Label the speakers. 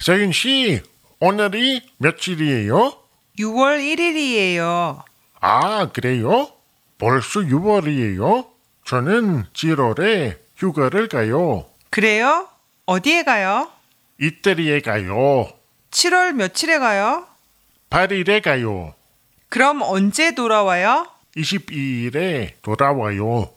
Speaker 1: 세윤 씨, 오늘이 며칠이에요?
Speaker 2: 6월 1일이에요.
Speaker 1: 아, 그래요? 벌써 6월이에요? 저는 7월에 휴가를 가요.
Speaker 2: 그래요? 어디에 가요?
Speaker 1: 이태리에 가요.
Speaker 2: 7월 며칠에 가요?
Speaker 1: 파리에 가요.
Speaker 2: 그럼 언제 돌아와요?
Speaker 1: 22일에 돌아와요.